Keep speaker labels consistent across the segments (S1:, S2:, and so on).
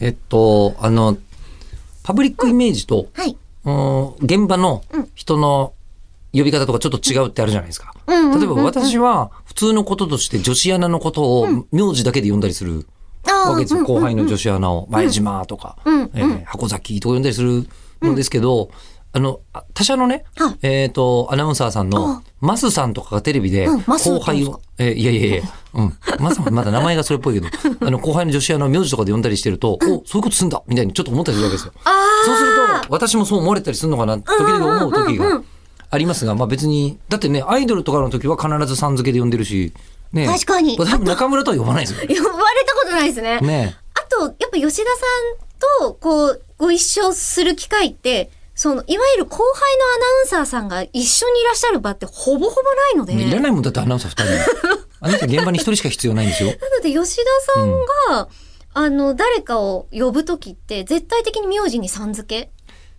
S1: えっと、あの、パブリックイメージと、
S2: はい。
S1: うん現場の人の呼び方とかちょっと違うってあるじゃないですか。
S2: うんうんうんうん
S1: 例えば私は普通のこととして女子アナのことを名字だけで呼んだりする
S2: あ
S1: わ
S2: あ、
S1: けです
S2: う
S1: よ。
S2: ん
S1: 後輩の女子アナを前島とか、
S2: うん
S1: えー箱崎とか呼んだりするのですけど、あの、あ他社のね
S2: はい、
S1: えっと、アナウンサーさんの
S2: あ
S1: マスさんとかがテレビで
S2: うんマス
S1: 後輩
S2: どう
S1: を、えーいやいやいや、うん、マスさんまだ名前がそれっぽい けど、あの後輩の女子アナを名字とかで呼んだりしてると、お、そういうことすんだみたいにちょっと思ったりするわけですよ。
S2: あ
S1: そうすると、私もそう思われたりするのかな、時々思う時がありますが、まあ別に、だってね、アイドルとかの時は必ずさん付けで呼んでるし、ね。
S2: 確かに
S1: まあ中村とは呼ばないですよ。
S2: あ、呼ばれたことないですね。
S1: ね。
S2: あと、やっぱ吉田さんと、こう、ご一緒する機会って、その、いわゆる後輩のアナウンサーさんが一緒にいらっしゃる場ってほぼほぼないので。
S1: いら
S2: な
S1: ないもんだってアナウンサー二 人。あなた現場に一人しか必要ないんですよ。
S2: ので、吉田さんが、あの、誰かを呼ぶときって、絶対的に名字にさん付け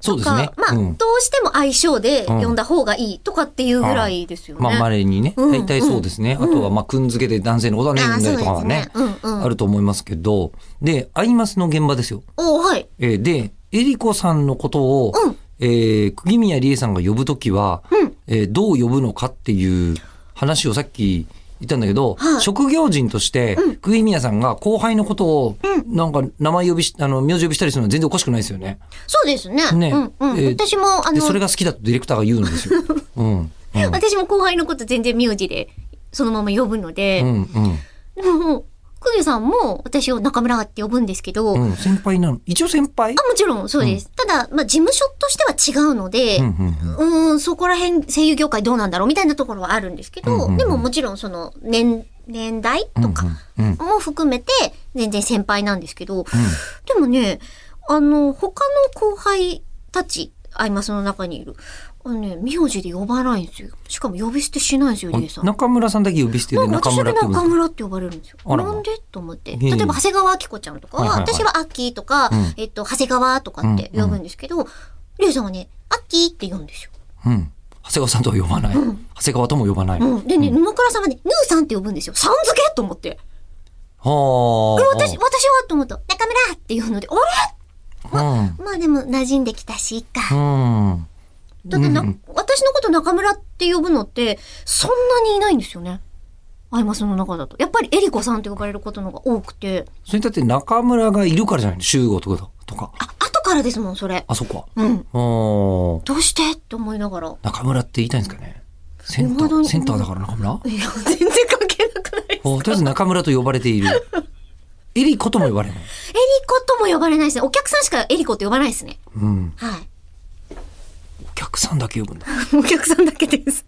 S1: そうですね
S2: か。まあ、
S1: うん
S2: どうしても相性で呼んだ方がいいとかっていうぐらいですよね。
S1: まあ、稀にね、
S2: うん
S1: 大体そうですね。あとは、まあ、くんづけで男性のことはね、
S2: あ
S1: 呼
S2: ー
S1: んだりとかはね
S2: そうですねうんうん
S1: あると思いますけど、で、アイマスの現場ですよ。
S2: おはい。
S1: えーで、えりこさんのことを、
S2: うん
S1: えー釘宮理恵さんが呼ぶときは、
S2: うん
S1: えーどう呼ぶのかっていう話をさっき言ったんだけど、
S2: はい
S1: 職業人として、釘宮さんが後輩のことを、なんか名前呼びし、あの、名字呼びしたりするのは全然おかしくないですよね。
S2: そうですね。
S1: ね
S2: うんうん。
S1: えー
S2: 私も、あ
S1: で、
S2: の、
S1: それが好きだとディレクターが言うんです よ。うん。うん。
S2: 私も後輩のこと全然名字で、そのまま呼ぶので、
S1: うん。うん。
S2: でも、クギさんも私を中村って呼ぶんですけど、あ、
S1: うん。先輩なの。一応先輩
S2: もちろんそうです。ただ、まあ、事務所としては違うので、
S1: う
S2: うん
S1: うん
S2: ん、
S1: うん。
S2: そこら辺声優業界どうなんだろうみたいなところはあるんですけど、
S1: うんうんうん
S2: でももちろんその年、年代とか
S1: うんうん
S2: も含めて全然先輩なんですけど、でもね、あの、他の後輩たち、アイマスの中にいる、あのね、名字で呼ばないんですよ。しかも呼び捨てしないんですよ、リエさん。
S1: 中村さんだけ呼び捨て
S2: な
S1: で
S2: んか
S1: 中
S2: 私だ
S1: 村
S2: け
S1: って呼ぶんですよ
S2: 中村って呼ばれるんですよ。
S1: あらま
S2: なんでと思って。
S1: え
S2: 例えば、長谷川明子ちゃんとかは、
S1: はいはいはい
S2: 私はアッキーとか、
S1: ん
S2: えっと、長谷川とかって呼ぶんですけど、リュウさんはね、アッキーって呼ぶんですよ。
S1: うん。長谷川さんとは呼ばない。長谷川とも呼ばない。
S2: うん。でね、沼倉さんはね、ヌーさんって呼ぶんですよ。さん付けと思って。
S1: はあ。
S2: 私、私はと思った。中村って呼ぶので、あ
S1: うん。
S2: れまあでも、馴染んできたし、いっか。
S1: うん。
S2: だってな、
S1: うん
S2: 私のこと中村って呼ぶのって、そんなにいないんですよね。アイマスの中だと。やっぱりエリコさんって呼ばれることの方が多くて。
S1: それだって中村がいるからじゃないの集合とかとか。
S2: あ、後からですもん、それ。
S1: あ、そっか。
S2: うん。
S1: うん。
S2: どうしてって思いながら。
S1: 中村って言いたいんですかね。センタ
S2: 未だ
S1: ー、
S2: に
S1: センターだから中村
S2: いや、全然関係なくないです。
S1: おとりあえず中村と呼ばれている。エリコとも呼ばれない。
S2: エリコとも呼ばれないですね。お客さんしかエリコって呼ばないですね。
S1: うん。
S2: はい。
S1: お客さんだけ呼ぶんだ。
S2: お客さんだけです。